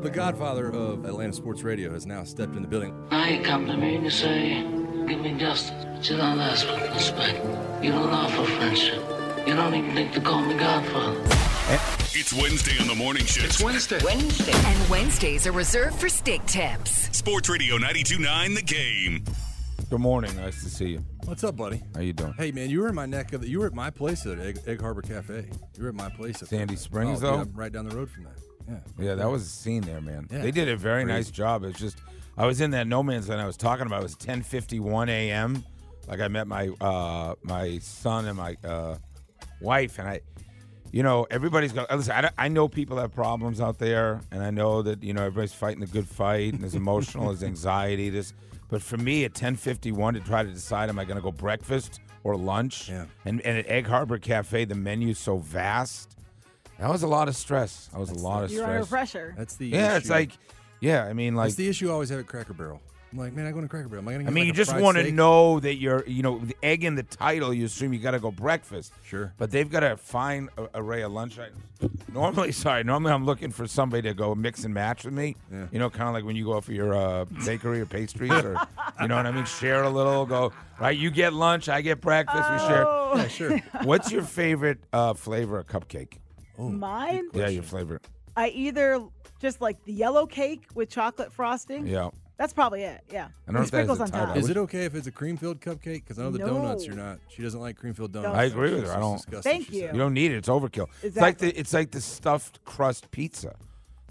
The godfather of Atlanta Sports Radio has now stepped in the building. Now you come to me and you say, give me justice. You don't ask for respect. You don't offer friendship. You don't even think to call me Godfather. It's Wednesday on the morning shift. It's Wednesday. And Wednesdays are reserved for steak tips. Sports Radio 929 The Game. Good morning. Nice to see you. What's up, buddy? How you doing? Hey, man, you were in my neck of the. You were at my place at Egg, Egg Harbor Cafe. You were at my place at Sandy Springs, Oh, dude, though? I'm right down the road from that. Yeah. Yeah, that was a scene there, man. Yeah, they did a very nice crazy. job. It's just I was in that no man's land I was talking about. It was 10:51 a.m. Like I met my uh my son and my uh wife and I you know, everybody's got listen, I, don't- I know people have problems out there and I know that you know everybody's fighting the good fight and there's emotional, there's anxiety, this but for me at 10:51 to try to decide am I going to go breakfast or lunch? Yeah. And and at Egg Harbor Cafe the menu's so vast. That was a lot of stress. That was a lot of You're stress. under pressure. That's the. Yeah, it's issue. like, yeah, I mean, like, That's the issue I always have at Cracker Barrel. I'm like, man, I go to Cracker Barrel. Am I gonna? I get, mean, like, you a just fried want to steak? know that you're, you know, the egg in the title, you assume you got to go breakfast. Sure. But they've got a fine a- array of lunch items. Normally, sorry, normally I'm looking for somebody to go mix and match with me. Yeah. You know, kind of like when you go out for your uh, bakery or pastries or, you know what I mean? Share a little, go, right? You get lunch, I get breakfast, we Yeah, sure. share. What's your favorite uh, flavor of cupcake? Mine, Yeah, your favorite. I either just like the yellow cake with chocolate frosting. Yeah. That's probably it. Yeah. I don't know With if that has sprinkles a on title. top. Is it okay if it's a cream filled cupcake? Because I know the donuts No. you're not. She doesn't like cream filled donuts. I agree with her. She's I don't- disgusted, Thank she you. said. You don't need it. It's overkill. It's like Exactly. the it's like the stuffed crust pizza.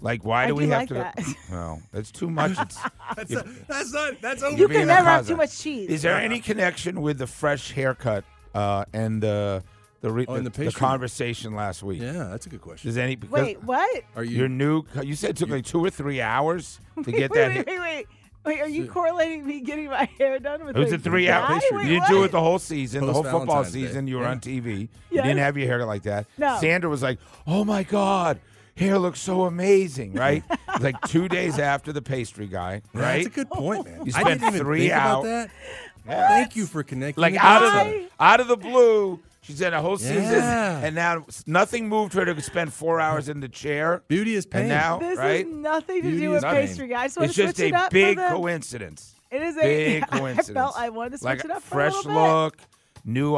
Like why I do we do have like to? that. No, that's too much. It's, That's, not- that's not. That's over. You being can never have Akaza. too much cheese. is there any connection with the fresh haircut uh, and the the, re- Oh, and the, the pastry. conversation last week? yeah, that's a good question. Does any because Wait, what? Are you? your new you said it took like two or three hours to get wait, that. wait, wait, hair- wait. Wait, are you correlating me getting my hair done with It was a like, three dye? hour. Wait, You didn't do what? it the whole season, the whole football Post-Valentine's Day. season. You were on TV. You Yes. didn't have your hair like that. No. Sandra was like, "Oh my god, hair looks so amazing!" Right? It's like two days after the pastry guy. Yeah, That's Right? a good point, man. You I spent didn't even three think about hour- that. Thank you for connecting. Like the out of dots. the out of the blue, she said a whole season, Yeah. and now nothing moved her to spend four hours in the chair. beauty is pain. And now, This right? is nothing to Beauty do is with pain. pastry guy. I just want it's to just switch it a up. for big the- coincidence. It is a big I coincidence. felt I wanted to switch like it up for fresh a little bit. look, new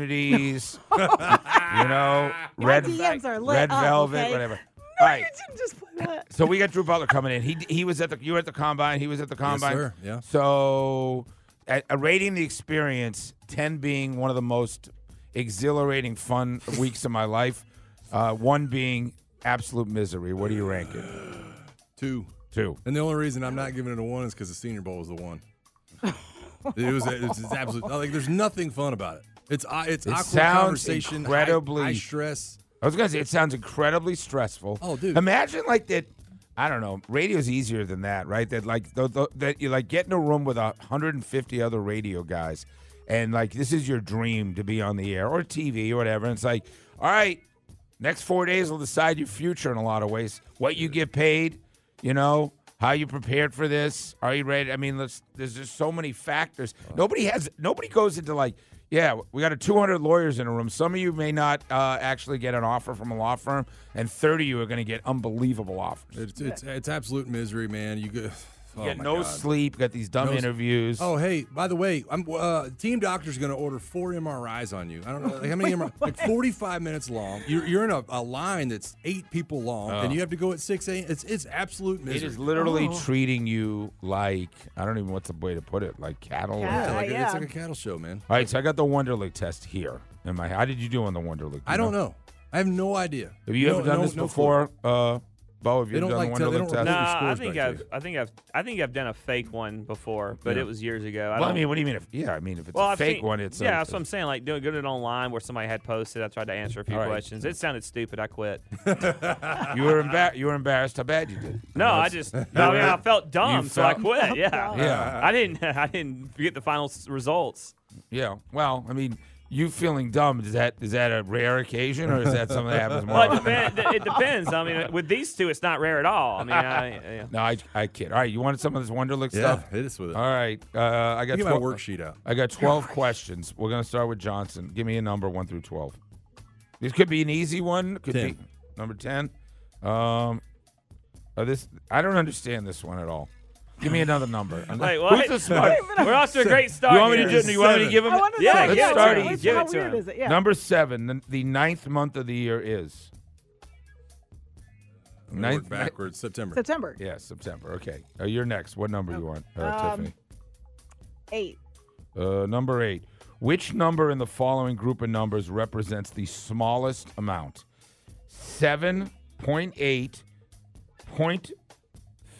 opportunities. you know, red, DMs are lit red up, velvet, okay? whatever. No, All right. you didn't just play that. So we got Drew Butler coming in. He he was at the you were at the combine. He was at the combine. sir. Yeah. So, at, uh, rating the experience, ten being one of the most exhilarating, fun weeks of my life. Uh, one being absolute misery. What do you rank it? two. Two. And the only reason I'm not giving it a one is because the Senior Bowl was the one. it was. It was absolutely like there's nothing fun about it. It's uh, it's It awkward sounds conversation. high- incredibly- high stress. I was gonna say it sounds incredibly stressful. Oh, dude. Imagine like that. I don't know. Radio's easier than that, right? That like th th that you like get in a room with a 150 other radio guys, and like this is your dream to be on the air or TV or whatever. And it's like, all right, next four days will decide your future in a lot of ways. What you get paid, you know, how you prepared for this. Are you ready? I mean, let's, there's just so many factors. Nobody has. Nobody goes into like, yeah, we got a 200 lawyers in a room. Some of you may not uh, actually get an offer from a law firm, and 30 of you are going to get unbelievable offers. It's, it's it's absolute misery, man. You go, You got no sleep. Got these dumb Oh No s- interviews. Oh, hey, by the way, I'm uh, team doctor's going to order four MRIs on you. I don't know like, how many MRIs, like 45 minutes long. You're, you're in a, a line that's eight people long, Oh. and you have to go at 6 a.m. It's it's absolute misery. Oh. It is literally treating you like I don't even what's the way to put it, like cattle. or- Yeah, like, it's like a cattle show, man. All right, so I got the Wonderlick test here in my. How did you do on the Wonderlick? I don't know. I have no idea. Have you No- ever done no- this no clue. before, uh, Bo? Have you They ever don't done like the tell- they Wonderlick don't test? remember Nah, I think I've, I think I've, I think I've done a fake one before, but Yeah. it was years ago. well, I don't- mean, what do you mean? If, yeah, I mean, if it's well, a I've fake seen- one, it's a- yeah. that's what I'm saying. Like doing good it online where somebody had posted. I tried to answer a few All right. questions. It sounded stupid. I quit. you were embarrassed. You were embarrassed. How bad you did. No, I it's- just. No, I mean, I felt dumb, You so I felt- quit. Yeah. Yeah. I didn't. I didn't get the final s- results. Yeah. Well, I mean, you feeling dumb is that is that a rare occasion or is that something that happens more? Well, it, often? depend, it depends. I mean, with these two, it's not rare at all. I mean, I, yeah. No, I, I kid. All right, you wanted some of this Wonderlick Yeah, stuff? hit us with it. All right, uh, I got Get my twel- worksheet out. I got twelve questions. We're gonna start with Johnson. Give me a number one through twelve. This could be an easy one. Could be Ten. number ten. Um, uh, this I don't understand this one at all. Give me another number. Wait, what? Who's the smart? We're off to a great start. You want me to here. do? You want me to give him? I wanna know. Yeah, Let's give it start to him. easy. Give it to him. Number seven, the, the ninth month of the year is. I'm gonna work backwards. September. September. Yeah, September. Okay. Uh, you're next. What number you want, uh, Um, Tiffany? Eight. Uh, number eight. Which number in the following group of numbers represents the smallest amount? 7.8,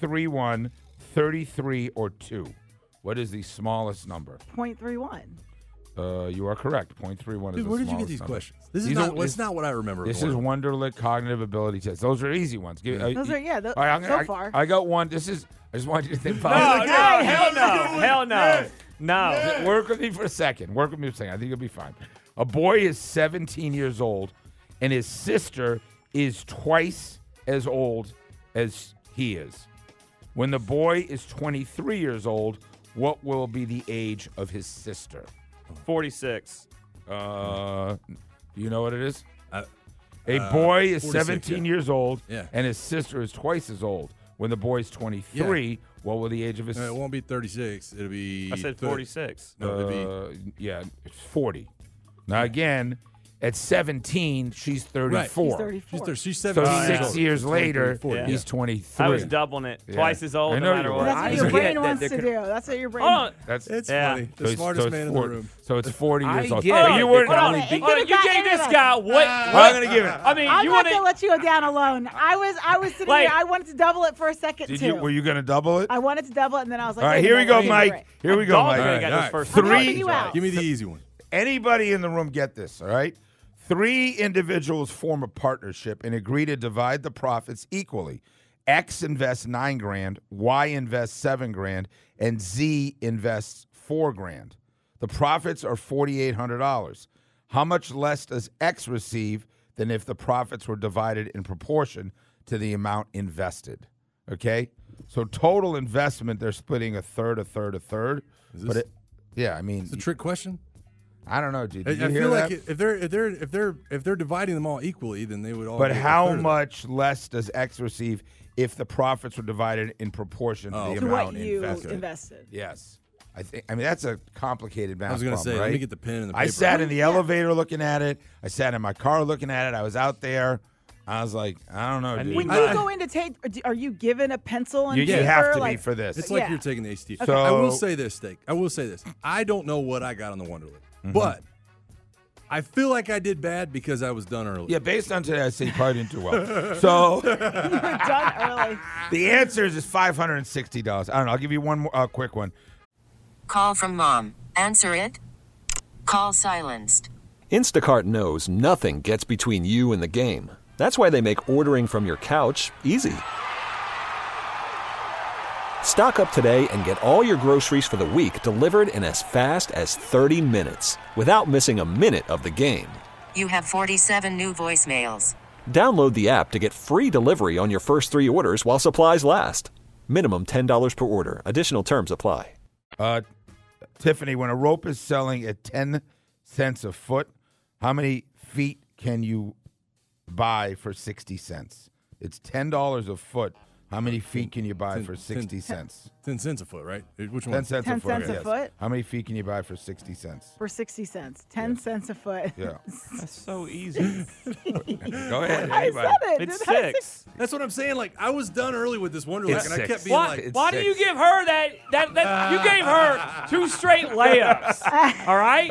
0.31, 33, or 2. What is the smallest number? 0.31. Uh, you are correct. 0.31 is Dude, the where did you get smallest these number. questions? This is These not- are- well, it's not what I remember This going is on. Wonderlic cognitive ability test. Those are easy ones. Give, uh, Those are- yeah, tho- all I'm gonna- so I- far. I got one. This is. I just want you to think. No, about it. no, hell no, hell no, no. Just Work with me for a second. Work with me for a second. I think you'll be fine. A boy is 17 years old, and his sister is twice as old as he is. When the boy is 23 years old, what will be the age of his sister? 46. Uh, do you know what it is? Uh, a uh, boy is 46, 17 yeah. years old, Yeah. and his sister is twice as old. When the boy is 23, what will the age of his No, it won't be 36. It'll be. I said thir- 46. Uh, No, it'll be. uh, yeah, it's 40. Now, again, at 17, she's 34. She's 34. She's thir- she's So 17 years six old. years She's later, 24, yeah. he's Yeah. 23. I was doubling it. Yeah. Twice as I old, know no matter you what. were. That's what I your get brain that wants there to could- do. That's what your brain. Hold on. That's It's funny. The so it's- smartest so it's man in the 40 room. So it's 40 years I old. get Hold But on, you weren't hold on, only He beat- hold on, could've you got gave any this of us. guy what? I'm gonna give it. I mean, I'm you not want gonna to? let you go down alone. I was I was sitting Like- here. I wanted to double it for a second Did too. you, were you going to double it? I wanted to double it, and then I was like, All right, wait a here we minute, go, wait a minute, Mike. Here we go, Dolphin Mike. already got his first I'm helping Three. you out. Give me the easy one. Anybody in the room get this, all right? Three individuals form a partnership and agree to divide the profits equally. X invests nine grand, Y invests seven grand, and Z invests four grand. The profits are $4,800. How much less does X receive than if the profits were divided in proportion to the amount invested? Okay? So total investment, they're splitting a third, a third, a third. but it, yeah, I mean, It's a trick question. I don't know, dude. I, Did you I hear feel like that? if they're if they're if they're if they're dividing them all equally, then they would all. But get a how third of it. much less does X receive if the profits were divided in proportion Oh, to the To amount what you invested? invested. Yes. I think. I mean, that's a complicated math. I was gonna problem, say, right? let me get the pen and the I paper. sat in the elevator looking at it. I sat in my car looking at it. I was out there. I was like, I don't know, dude. need When my- you go in to take, are- are you given a pencil and You- you paper? have to be Like- for this. It's like Yeah. you're taking the HT. Okay. I will So- say this, Steak. I will say this. I don't know what I got on the Wonderlic, Mm-hmm. but I feel like I did bad because I was done early. yeah, based on today, I say you probably didn't do well. so you were done early. the answer is five hundred and sixty dollars. I don't know. I'll give you one more uh, quick one. Call from mom. Answer it. Call silenced. Instacart knows nothing gets between you and the game. That's why they make ordering from your couch easy. Stock up today and get all your groceries for the week delivered in as fast as 30 minutes without missing a minute of the game. You have 47 new voicemails. Download the app to get free delivery on your first three orders while supplies last. Minimum $10 per order. Additional terms apply. Uh, Tiffany, when a rope is selling at 10 cents a foot, how many feet can you buy for 60 cents? It's $10 a foot. How many feet can you buy for sixty cents? Ten cents a foot, right? Which one? Ten cents a 10 foot. cents a yes. foot? How many feet can you buy for sixty cents? for 60 cents, 10 cents a foot. Yeah. That's so easy. Go ahead. I anybody. said it. It's Did I say- six. That's what I'm saying. Like I was done early with this Wonderlic, It's and I six. kept being why like, why do you give her that? That, that You gave her two straight layups. All right?